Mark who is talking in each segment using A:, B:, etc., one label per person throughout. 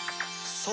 A: 想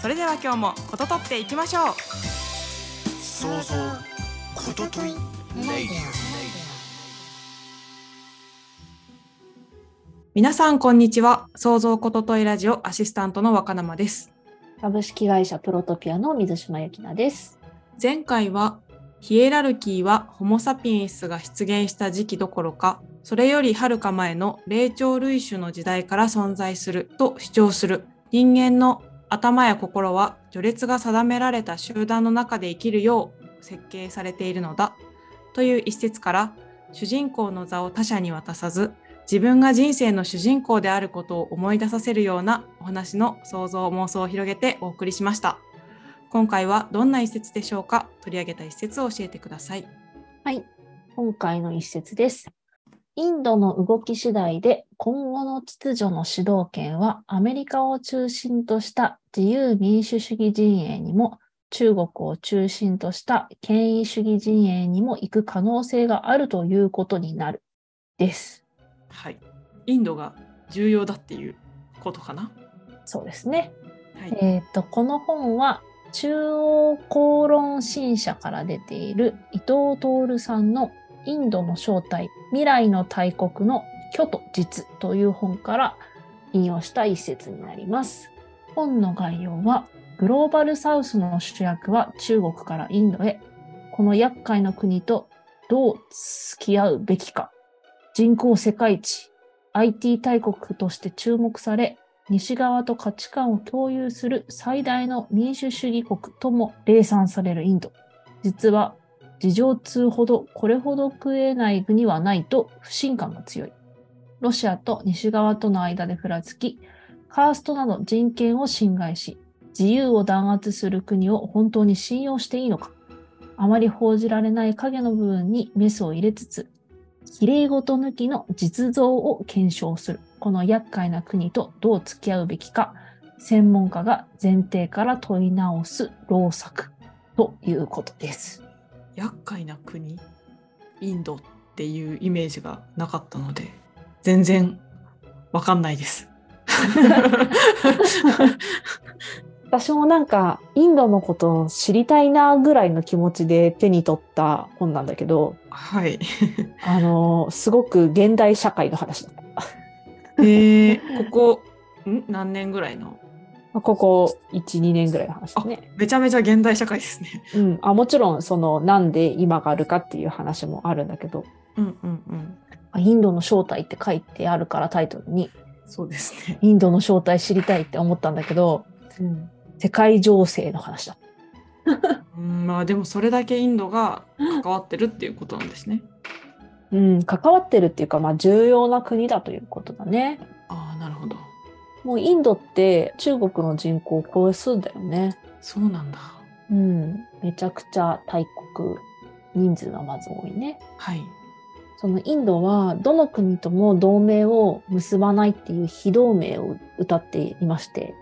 B: それでは今日もこととっていきましょう
A: 想像ことといレイディ
B: 皆さんこんにちは創造ことといラジオアシスタントの若生です
C: 株式会社プロトピアの水島由紀奈です
B: 前回はヒエラルキーはホモ・サピエンスが出現した時期どころかそれよりはるか前の霊長類種の時代から存在すると主張する人間の頭や心は序列が定められた集団の中で生きるよう設計されているのだという一節から主人公の座を他者に渡さず自分が人生の主人公であることを思い出させるようなお話の想像妄想を広げてお送りしました。今回はどんな一節でしょうか取り上げた一節を教えてください。
C: はい今回の一節ですインドの動き次第で今後の秩序の主導権はアメリカを中心とした自由民主主義陣営にも中国を中心とした権威主義陣営にも行く可能性があるということになるです。
B: はい。インドが重要だっていうことかな。
C: そうですね。
B: はい。
C: えー、とこの本は中央公論新社から出ている伊藤徹さんの「インドの正体未来の大国の虚と実」という本から引用した一節になります。本の概要はグローバルサウスの主役は中国からインドへこの厄介な国とどう付き合うべきか人口世界一 IT 大国として注目され西側と価値観を共有する最大の民主主義国とも冷賛されるインド。実は事情通ほどこれほど食えない国はないと不信感が強い。ロシアと西側との間でふらつき、カーストなど人権を侵害し、自由を弾圧する国を本当に信用していいのか。あまり報じられない影の部分にメスを入れつつ、綺麗事抜きの実像を検証する。この厄介な国とどう付き合うべきか、専門家が前提から問い直す老作ということです。
B: 厄介な国、インドっていうイメージがなかったので、全然わかんない です。
D: 私もなんかインドのことを知りたいなぐらいの気持ちで手に取った本なんだけど、
B: はい。
D: あのすごく現代社会の話だった。
B: えー、ここ、ん何年ぐらいの
D: まあここ1、2年ぐらいの話だね。
B: めちゃめちゃ現代社会ですね。
D: うん、あもちろんそのなんで今があるかっていう話もあるんだけど、
B: うんうんうん。
D: あインドの正体って書いてあるからタイトルに、
B: そうですね。
D: インドの正体知りたいって思ったんだけど、世界情勢の話だ。
B: うん、まあでもそれだけインドが関わってるっていうことなんですね。
D: うん、関わってるっていうか、まあ重要な国だということだね。
B: ああ、なるほど。
D: もうインドって中国の人口を超えそうだよね。
B: そうなんだ。
D: うん、めちゃくちゃ大国人数がまず多いね。
B: はい。
D: そのインドはどの国とも同盟を結ばないっていう非同盟を歌っていまして、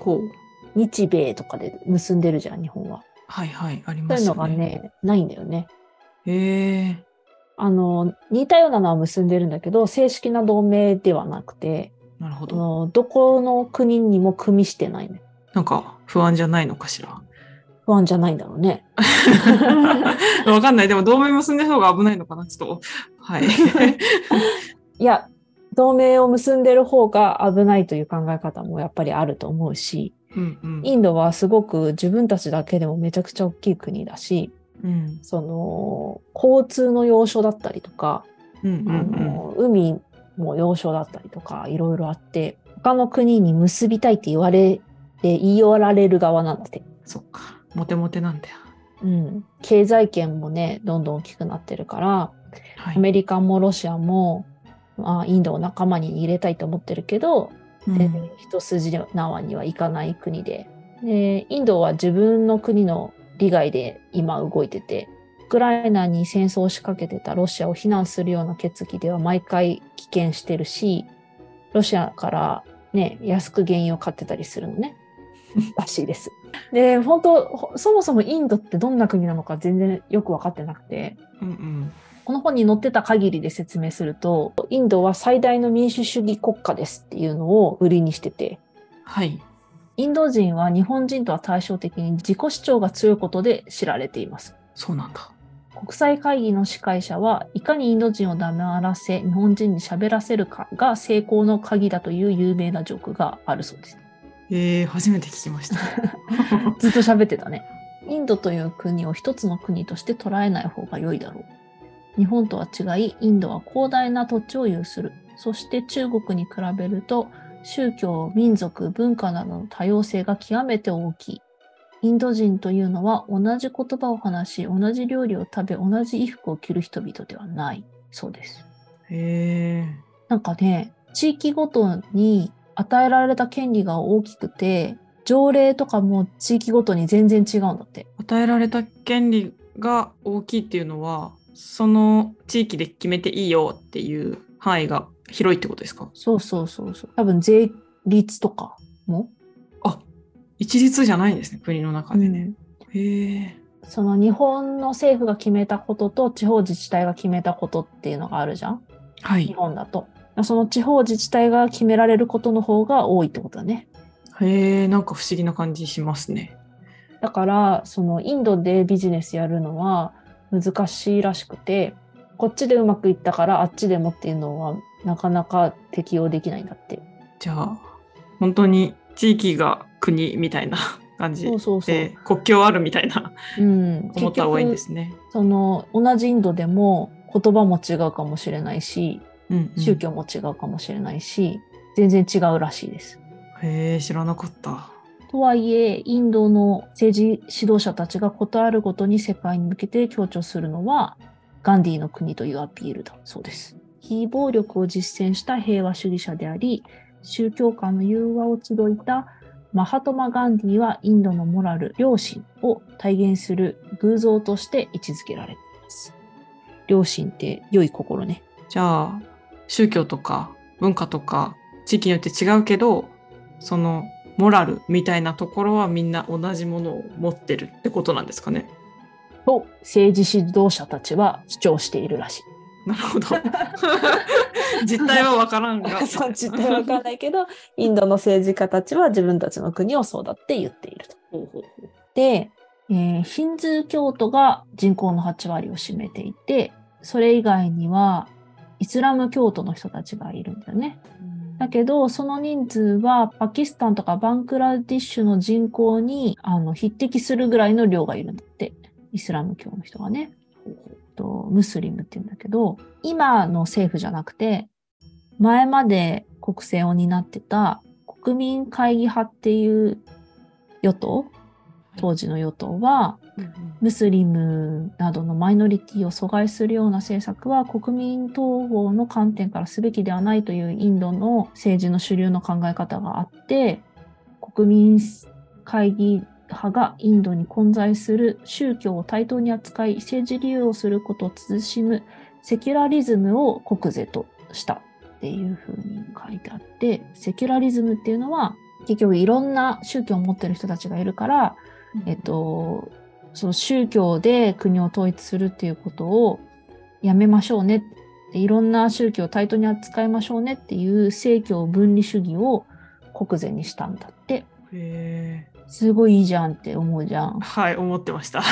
B: こう。
D: 日米とかで結んでるじゃん、日本は。
B: はいはい。あり
D: そ
B: ま
D: ういう
B: す
D: の
B: よ
D: が
B: ね。
D: ね、ないんだよね。
B: へえ
D: あの、似たようなのは結んでるんだけど、正式な同盟ではなくて、
B: なるほ
D: あ
B: ど。
D: のどこの国にも組みしてないね。
B: なんか不安じゃないのかし ら。
D: 不安じゃないんだろうね。
B: わかんない。でも同盟結んでる方が危ないのかな。ちょっと。 はい。
D: いや、同盟を結んでる方が危ないという考え方もやっぱりあると思うし、
B: うんうん。
D: インドはすごく自分たちだけでもめちゃくちゃ大きい国だし、
B: うん
D: その、交通の要所だったりとか、
B: うんうんう
D: あ
B: ん。
D: の海も要所だったりとか、いろいろあって、他の国に結びたいって言われて、言い寄られる側なんだって。
B: そっか。モテモテなんだよ。
D: うん。経済圏もね、どんどん大きくなってるから、
B: は
D: ア
B: い。
D: メリカもロシアも、まあ、インドを仲間に入れたいと思ってるけど、
B: うん
D: 全然一筋縄にはいかない国ででインドは自分の国の利害で今動いてて、ウクライナに戦争を仕掛けてたロシアを非難するような決議では毎回棄権してるし、ロシアからね、安く原油を買ってたりするの ね。らしいです。で、本当ほそもそもインドってどんな国なのか全然よく分かってなくて、
B: うんうん。
D: この本に載ってた限りで説明すると、インドは最大の民主主義国家ですっていうのを売りにしてて、
B: はい。
D: インド人は日本人とは対照的に自己主張が強いことで知られています。
B: そうなんだ。
D: 国際会議の司会者はいかにインド人を黙らせ日本人に喋らせるかが成功の鍵だという有名なジョークがあるそうです。
B: えー、初めて聞きま した。
D: ずっと喋ってたね。インドという国を一つの国として捉えない方が良いだろう。日本とは違い、インドは広大な土地を有する。そして中国に比べると、宗教、民族、文化などの多様性が極めて大きい。インド人というのは同じ言葉を話し、同じ料理を食べ、同じ衣服を着る人々ではない。そうです。
B: え
D: なんかね、地域ごとに与えられた権利が大きくて、条例とかも地域ごとに全然違うんだって。
B: ー、与えられた権利が大きいっていうのは、その地域で決めていいよっていう範囲が広いってことですか
D: そうそうそうそう。多分税率とかも。
B: あ一律じゃないんですね、国の中でね。へえ
D: その日本の政府が決めたことと地方自治体が決めたことっていうのがあるじゃん。
B: は
D: 日
B: い。
D: 本だと。その地方自治体が決められることの方が多いってことだね。
B: へえなんか不思議な感じしますね。
D: だからそのインドでビジネスやるのは難しいらしくてこっちでうまくいったからあっちでもっていうのはなかなか適用できないんだって
B: じゃあ、本当に地域が国みたいな 感じ
D: そうそうそう、
B: で、国境あるみたいな
D: うん、
B: 思った方がいいんで
D: 結
B: すね。
D: 局その同じインドでも言葉も違うかもしれないし
B: うんうん
D: 宗教も違うかもしれないし、全然違うらしいです
B: へえ知らなかった。
D: とはいえインドの政治指導者たちが事あるごとに世界に向けて強調するのはガンディーの国というアピールだそうです。非暴力を実践した平和主義者であり宗教間の融和を集いたマハトマ・ガンディーはインドのモラル、良心を体現する偶像として位置づけられています。良心って良い心ね。
B: じゃあ宗教とか文化とか地域によって違うけどそのモラルみたいなところはみんな同じものを持ってるってことなんですかね。
D: と政治指導者たちは主張しているらしい。
B: なるほ ど。実態はわからんが。
D: そう実態はわかんないけどインドの政治家たちは自分たちの国をそうだって言っていると。
B: ほうほうほう
D: で、えーヒンズー教徒が人口の8割を占めていてそれ以外にはイスラム教徒の人たちがいるんだよね。だけどその人数はパキスタンとかバンクラディッシュの人口にあの匹敵するぐらいの量がいるんだってイスラム教の人がね。とムスリムって言うんだけど今の政府じゃなくて前まで国政を担ってた国民会議派っていう与党当時の与党は
B: うんうん
D: ムスリムなどのマイノリティを阻害するような政策は国民統合の観点からすべきではないというインドの政治の主流の考え方があって国民会議派がインドに混在する宗教を対等に扱い政治利用をすることを慎むセキュラリズムを国是としたっていうふうに書いてあってセキュラリズムっていうのは結局いろんな宗教を持ってる人たちがいるから、えっと、その宗教で国を統一するっていうことをやめましょうねっていろんな宗教を対等に扱いましょうねっていう政教分離主義を国是にしたんだって
B: へえ
D: すごいいいじゃんって思うじゃん。
B: はい思ってました。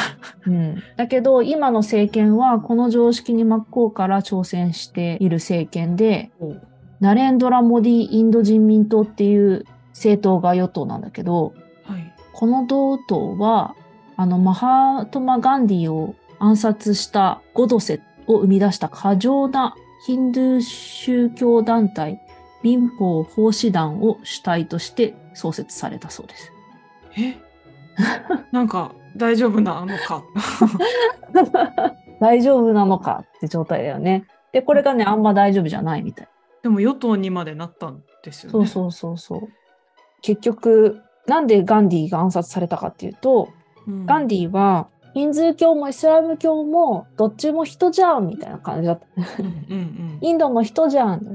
D: うん、だけど今の政権はこの常識に真っ向から挑戦している政権でナレンドラ・モディ・インド人民党っていう政党が与党なんだけど
B: はい。
D: この同党はあのマハトマ・ガンディを暗殺したゴドセを生み出した過剰なヒンドゥー宗教団体民法奉仕団を主体として創設されたそうです。
B: えなんか大丈夫なのか。
D: 大丈夫なのかって状態だよね。で、これがね、あんま大丈夫じゃないみたい。
B: でも与党にまでなったんですよね。
D: そうそうそうそう。結局、なんでガンディーが暗殺されたかっていうと、
B: うん
D: ガンディーはヒンズー教もイスラム教もどっちも人じゃんみたいな感じだった。
B: うんうん
D: インドも人じゃんって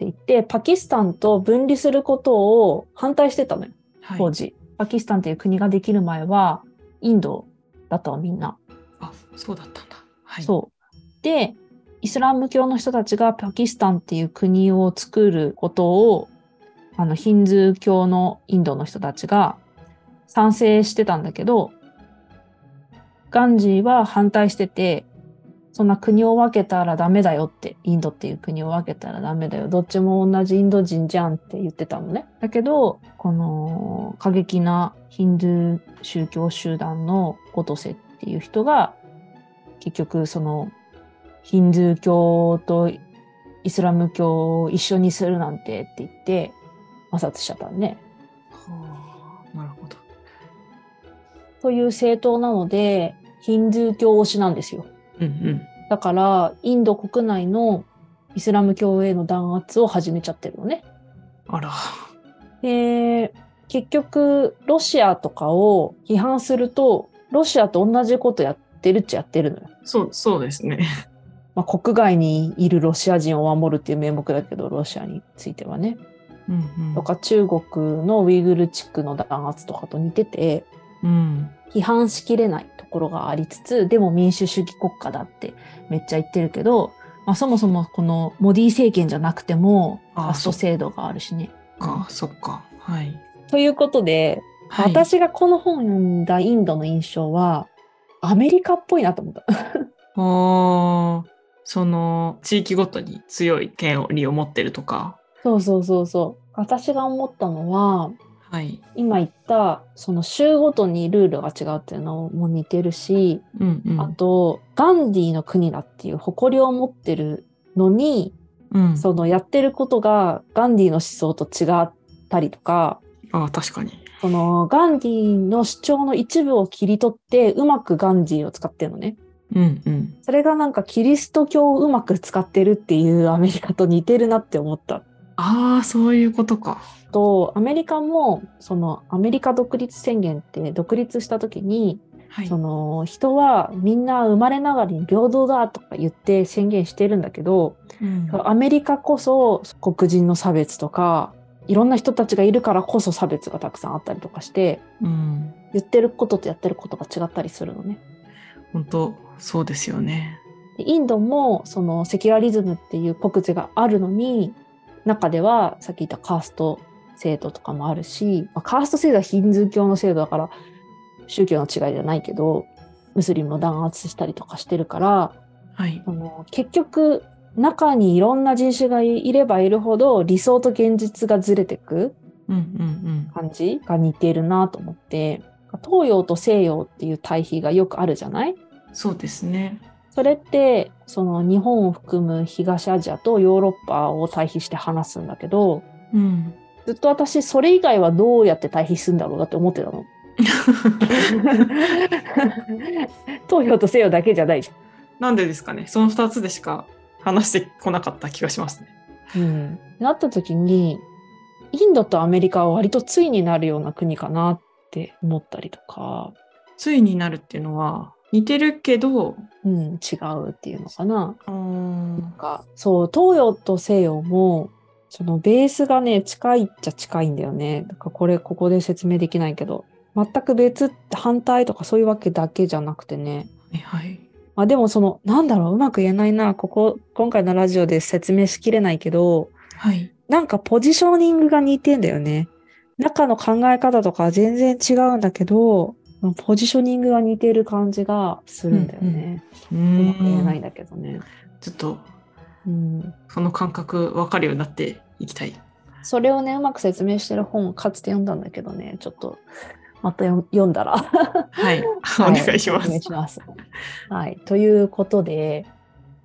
D: 言ってパキスタンと分離することを反対してたのよ
B: うんはい
D: 当時、パキスタンという国ができる前はインドだったわみんな。
B: あそうだったんだ。はい、
D: そうでイスラム教の人たちがパキスタンっていう国を作ることをあのヒンズー教のインドの人たちが賛成してたんだけどガンジーは反対しててそんな国を分けたらダメだよってインドっていう国を分けたらダメだよどっちも同じインド人じゃんって言ってたのねだけどこの過激なヒンドゥー宗教集団のゴトセっていう人が結局そのヒンドゥー教とイスラム教を一緒にするなんてって言って摩擦しちゃったのね。
B: はあなるほど。
D: という政党なのでヒンドゥー教推しなんですよ。
B: うんうん。
D: だからインド国内のイスラム教への弾圧を始めちゃってるのね。
B: あら。
D: で結局ロシアとかを批判するとロシアと同じことやってるっちゃやってるのよ。
B: そうそうですね。
D: まあ、国外にいるロシア人を守るっていう名目だけどロシアについてはね。
B: うんうん。
D: とか中国のウイグル地区の弾圧とかと似てて
B: うん。
D: 批判しきれないところがありつつでも民主主義国家だってめっちゃ言ってるけど、まあ、そもそもこのモディ政権じゃなくても
B: あー
D: カスト制度があるしね。
B: か、そっか。はい。
D: ということで、
B: はい、
D: 私がこの本読んだインドの印象はアメリカっぽいなと思った。
B: おーその地域ごとに強い権利を持ってるとか。
D: そうそうそうそう。私が思ったのは
B: はい。
D: 今言ったその州ごとにルールが違うっていうのも似てるし
B: うんう
D: あ
B: ん。
D: とガンディの国だっていう誇りを持ってるのに、
B: うん、
D: そのやってることがガンディの思想と違ったりとか
B: あー確かに。
D: そのガンディの主張の一部を切り取ってうまくガンディを使ってるのね。
B: うんうん。
D: それがなんかキリスト教をうまく使ってるっていうアメリカと似てるなって思った。
B: ああ、そういうことか。
D: とアメリカもそのアメリカ独立宣言って独立した時に
B: はい
D: そ。の人はみんな生まれながらに平等だとか言って宣言してるんだけど
B: うん
D: アメリカこそ黒人の差別とかいろんな人たちがいるからこそ差別がたくさんあったりとかして
B: うん。
D: 言ってることとやってることが違ったりするのね。
B: 本当そうですよね。
D: でインドもそのセキュラリズムっていう国是があるのに中ではさっき言ったカースト制度とかもあるし、まあカースト制度はヒンズー教の制度だから宗教の違いじゃないけどムスリムを弾圧したりとかしてるから
B: はい。
D: その結局中にいろんな人種がいればいるほど理想と現実がずれてく
B: うんうん
D: 感じが似てるなと思って東洋と西洋っていう対比がよくあるじゃない
B: うん。そうですね。
D: それってその日本を含む東アジアとヨーロッパを対比して話すんだけど
B: うん。
D: ずっと私それ以外はどうやって対比するんだろうなって思ってたの。東洋と西洋だけじゃないじ
B: なんでですかね。その二つでしか話してこなかった気がしますね。
D: ゃん。うん、なった時にインドとアメリカは割と対になるような国かなって思ったりとか、
B: ついになるっていうのは似てるけど、
D: うん、違うっていうのかな。
B: うーん
D: なんかそう東洋と西洋もそのベースがね近いっちゃ近いんだよねだからこれここで説明できないけど全く別って反対とかそういうわけだけじゃなくてね
B: はい。
D: まあでもそのなんだろううまく言えないなここ今回のラジオで説明しきれないけど
B: はい。
D: なんかポジショニングが似てんだよね中の考え方とかは全然違うんだけどポジショニングが似てる感じがするんだよね、
B: う
D: う
B: ー
D: まく言えないん
B: ん。
D: だけどね、
B: ちょっと
D: うん、
B: その感覚わかるようになっていきたい。
D: それをねうまく説明してる本をかつて読んだんだけどねちょっとまたよ読んだら
B: はい。 お
D: は
B: 願いしま
D: お願い
B: す。
D: します。はい、ということで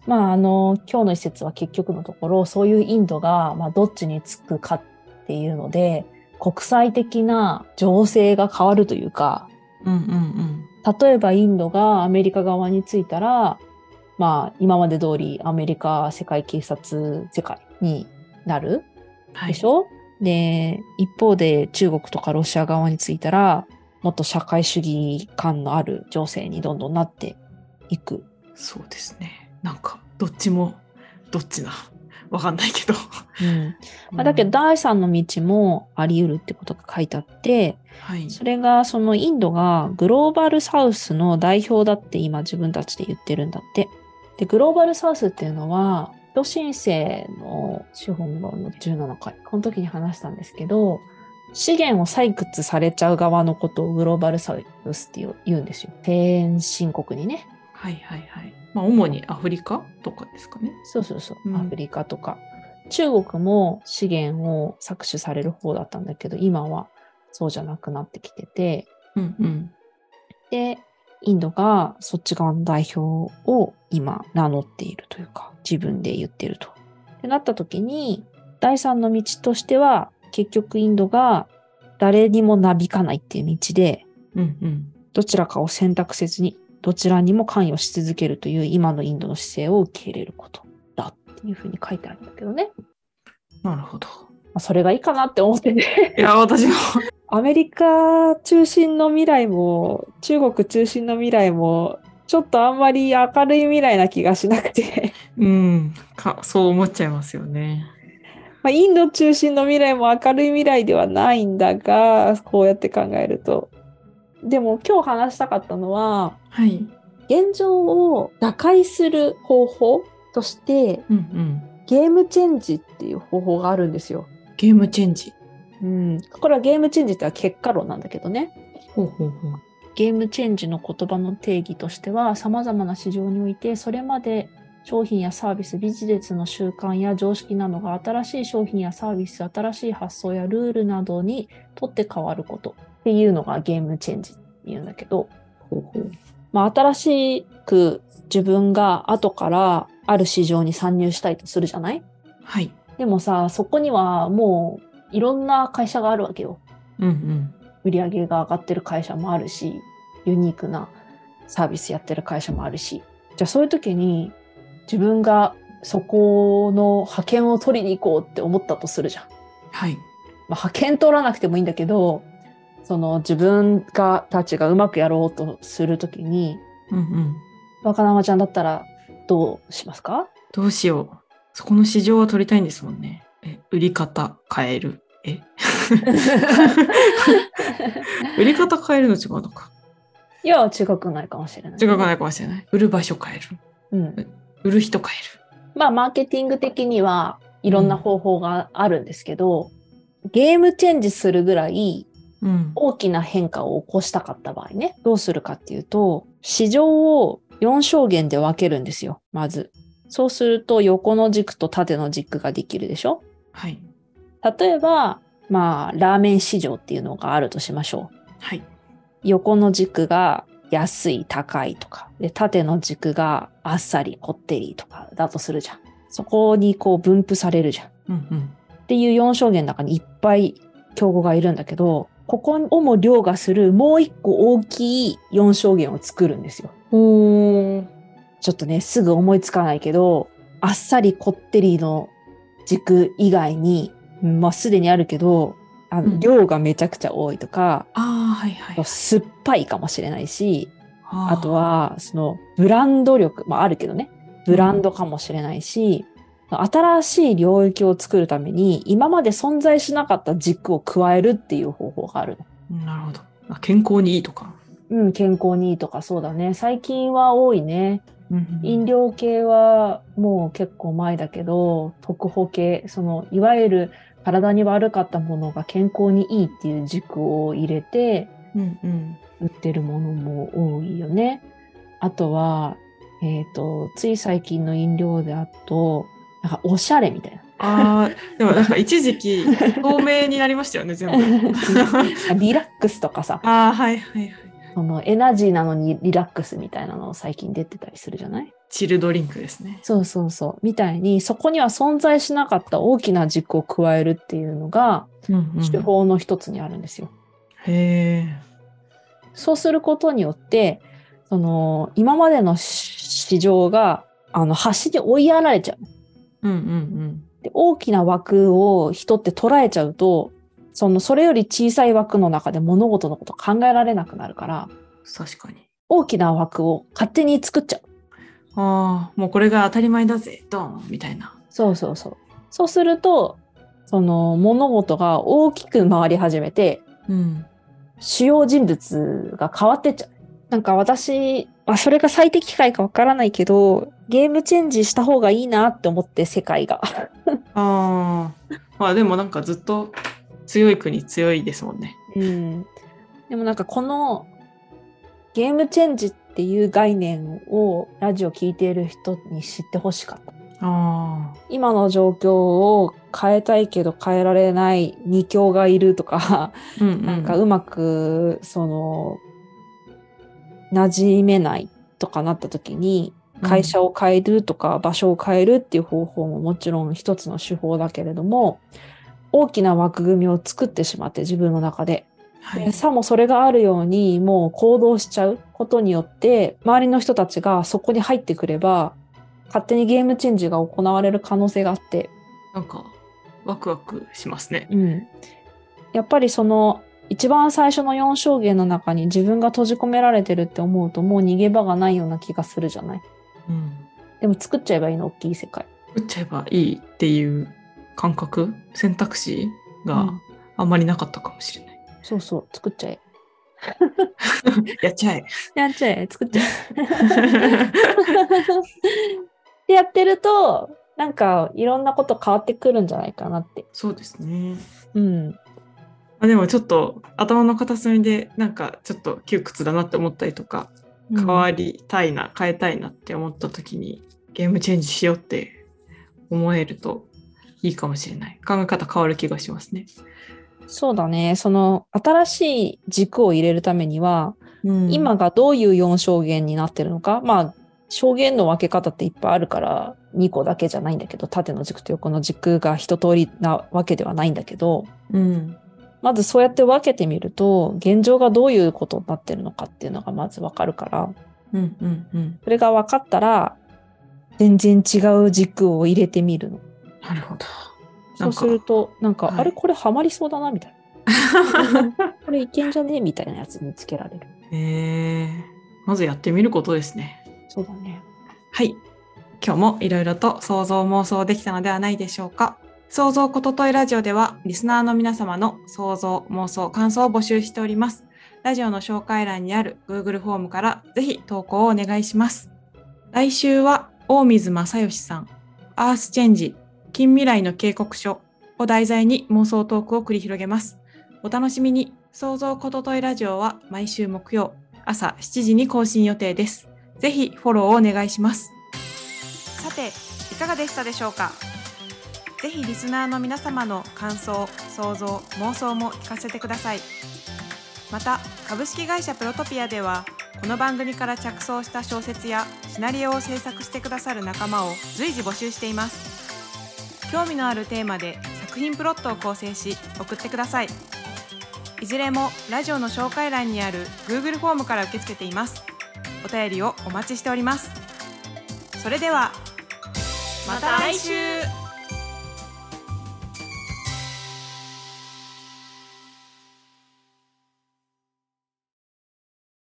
D: まああの今日の一節は結局のところそういうインドが、まあ、どっちにつくかっていうので国際的な情勢が変わるというか
B: うんうんうん。
D: 例えばインドがアメリカ側についたらまあ今まで通りアメリカ世界警察世界になる
B: はい。
D: でしょ、で一方で中国とかロシア側についたらもっと社会主義感のある情勢にどんどんなっていく。
B: そうですね。なんかどっちもどっちなわかんないけど。
D: うんまあ、だけど第三の道もあり得るってことが書いてあって
B: はい。
D: それがそのインドがグローバルサウスの代表だって今自分たちで言ってるんだって。でグローバルサウスっていうのは都新世の資本論の17回この時に話したんですけど資源を採掘されちゃう側のことをグローバルサウスって言うんですよ。先進国にね。
B: はいはいはい。まあ主にアフリカとかですかね。
D: そうそうそう、
B: うん
D: アフリカとか。中国も資源を搾取される方だったんだけど、今はそうじゃなくなってきてて、
B: うんうん。
D: で、インドがそっち側の代表を今名乗っているというか、自分で言ってると。ってなった時に、第三の道としては、結局インドが誰にもなびかないっていう道で、
B: うんうん。
D: どちらかを選択せずに、どちらにも関与し続けるという今のインドの姿勢を受け入れることだっていうふうに書いてあるんだけどね。
B: なるほど。
D: まあ、それがいいかなって思ってて、
B: いや私も
D: アメリカ中心の未来も、中国中心の未来も、ちょっとあんまり明るい未来な気がしなくて、
B: うんかそう思っちゃいますよね。
D: まあ、インド中心の未来も明るい未来ではないんだが、こうやって考えると。でも今日話したかったのは、
B: はい。
D: 現状を打開する方法として
B: うんうん。
D: ゲームチェンジっていう方法があるんですよ。
B: ゲームチェンジ。
D: うん、これはゲームチェンジってのは結果論なんだけどね。
B: ほうほうほう。
D: ゲームチェンジの言葉の定義としては様々な市場においてそれまで商品やサービスビジネスの習慣や常識などが新しい商品やサービス新しい発想やルールなどにとって変わることっていうのがゲームチェンジっていうんだけど、
B: ほうほう。
D: まあ、新しく自分が後からある市場に参入したいとするじゃない
B: はい。
D: でもさそこにはもういろんな会社があるわけよ。
B: うんうん。
D: 売り上げが上がってる会社もあるしユニークなサービスやってる会社もあるしじゃあそういう時に自分がそこの派遣を取りに行こうって思ったとするじゃん。
B: はい。
D: まあ、派遣取らなくてもいいんだけどその自分がたちがうまくやろうとする時に
B: うんうん。
D: 若生ちゃんだったらどうしますか
B: どうしよう。そこの市場は取りたいんですもんね。え、売り方変える。え売り方変えるの違うのか。
D: いや違くないかもしれない。
B: 違くないかもしれない。売る場所変える。
D: うん、
B: 売る人変
D: まあ、マーケティング的にはいろんな方法があるんですけど、ゲームチェンジするぐらい
B: える。うん。
D: 大きな変化を起こしたかった場合ね、どうするかっていうと、市場を4象限で分けるんですよ、まず。そうすると横の軸と縦の軸ができるでしょ
B: はい。
D: 例えば、まあ、ラーメン市場っていうのがあるとしましょう。
B: はい。
D: 横の軸が安い高いとかで縦の軸があっさりこってりとかだとするじゃんそこにこう分布されるじゃんっ
B: うんうん。
D: ていう4象限の中にいっぱい競合がいるんだけどここをも凌駕するもう一個大きい4象限を作るんですよ
B: おー。
D: ちょっとねすぐ思いつかないけどあっさりこってりの軸以外にまあすでにあるけどあ
B: う
D: の
B: ん
D: 量がめちゃくちゃ多いとか、
B: ああ、はいはい。
D: 酸っぱいかもしれないし
B: あー
D: あと、は、そのブランド力、まああるけどね、ブランドかもしれないし、新しい領域を作るために、今まで存在しなかった軸を加えるっていう方法があるの。
B: なるほど。あ健康にいいとか。
D: うん、健康にいいとかそうだね。最近は多いね。
B: うん
D: 飲料系はもう結構前だけど、特保系、そのいわゆる体に悪かったものが健康にいいっていう軸を入れて、
B: うんうん。
D: 売ってるものも多いよね。あとは、えっ、と、つい最近の飲料だと、なんかおしゃれみた いな。
B: ああ、でもなんか一時 期、透明になりましたよね、全 部。
D: リラックスとかさ、
B: ああ、はいはいはい。
D: そのエナジーなのにリラックスみたいなのを最近出てたりするじゃない
B: チルドリンクですね。
D: そうそうそう。みたいに、そこには存在しなかった大きな軸を加えるっていうのが、
B: うんうん
D: 手法の一つにあるんですよ。
B: へえ。
D: そうすることによって、その、今までの市場が、あの、端に追いやられちゃ
B: う
D: う。
B: んうん
D: で大きな枠を人って捉えちゃうと
E: そのそれより小さい枠の中で物事のこと考えられなくなるから
B: 確かに。
E: 大きな枠を勝手に作っちゃう
B: ああ、もうこれが当たり前だぜ、ドンみたいな。
E: そうそうそうそうするとその物事が大きく回り始めて
B: うん。
E: 主要人物が変わってっちゃう
D: なんか私、まあ、それが最適解かわからないけど、ゲームチェンジした方がいいなって思って、世界が。
B: ああ、まあでもなんかずっと強い国強いですもんね。
D: うん。でもなんかこのゲームチェンジっていう概念を
E: ラジオ聞いている人に知ってほしかった
B: あ
D: 今の状況を変えたいけど変えられない二強がいるとか、
B: あ、うんうん。
D: なんかうまくその馴染めないとかなった時に会社を変えるとか場所を変えるっていう方法ももちろん一つの手法だけれども大きな枠組みを作ってしまって自分の中で
B: は
D: で
B: い、
D: さもそれがあるようにもう行動しちゃうことによって周りの人たちがそこに入ってくれば勝手にゲームチェンジが行われる可能性があって、
B: なんかワクワクしますね。
D: うん、やっぱりその一番最初の4証言の中に自分が閉じ込められてるって思うともう逃げ場がないような気がするじゃない
B: うん。
D: でも作っちゃえばいいの大きい世界
B: 打っちゃえばいいっていう感覚選択肢があんまりなかったかもしれない。
D: そうそう作っちゃえ
B: やっちゃ え。
D: やっちゃえ作っちゃえ でやってるとなんかいろんなこと変わってくるんじゃないかなって
B: そうですね。
D: うん
B: まあ、でもちょっと頭の片隅でなんかちょっと窮屈だなって思ったりとか変わりたいな、変えたいなって思った時にゲームチェンジしようって思えるといいかもしれない考え方変わる気がしますね。
D: そうだね。その新しい軸を入れるためには、
B: うん
D: 今がどういう4証言になってるのか、まあ、証言の分け方っていっぱいあるから、2個だけじゃないんだけど、縦の軸と横の軸が一通りなわけではないんだけど、
B: うん
D: まずそうやって分けてみると、現状がどういうことになってるのかっていうのがまず分かるから、
B: うんうんうん、
D: それが分かったら、全然違う軸を入れてみるの。
B: なるほど。な
D: そ
B: ん
D: う
B: か
D: すると、なんか、
B: はい
D: あれこれハマりそうだな、みたいな。 これいけんじゃねえみたいなやつ見つけられる。
B: えー、まずやってみることですね。
D: そうだね。
B: はい。今日もいろいろと想像妄想できたのではないでしょうか。想像ことといラジオではリスナーの皆様の想像、妄想、感想を募集しております。ラジオの紹介欄にある Google フォームからぜひ投稿をお願いします。来週は大水正義さん、アースチェンジ、近未来の警告書を題材に妄想トークを繰り広げます。お楽しみに。想像ことといラジオは毎週木曜朝7時に更新予定です。ぜひフォローをお願いします。さて、いかがでしたでしょうかぜひリスナーの皆様の感想、想像、妄想も聞かせてください。また、株式会社プロトピアでは、この番組から着想した小説やシナリオを制作してくださる仲間を随時募集しています。興味のあるテーマで作品プロットを構成し送ってください。いずれもラジオの紹介欄にある Google フォームから受け付けています。お便りをお待ちしております。それではまた来週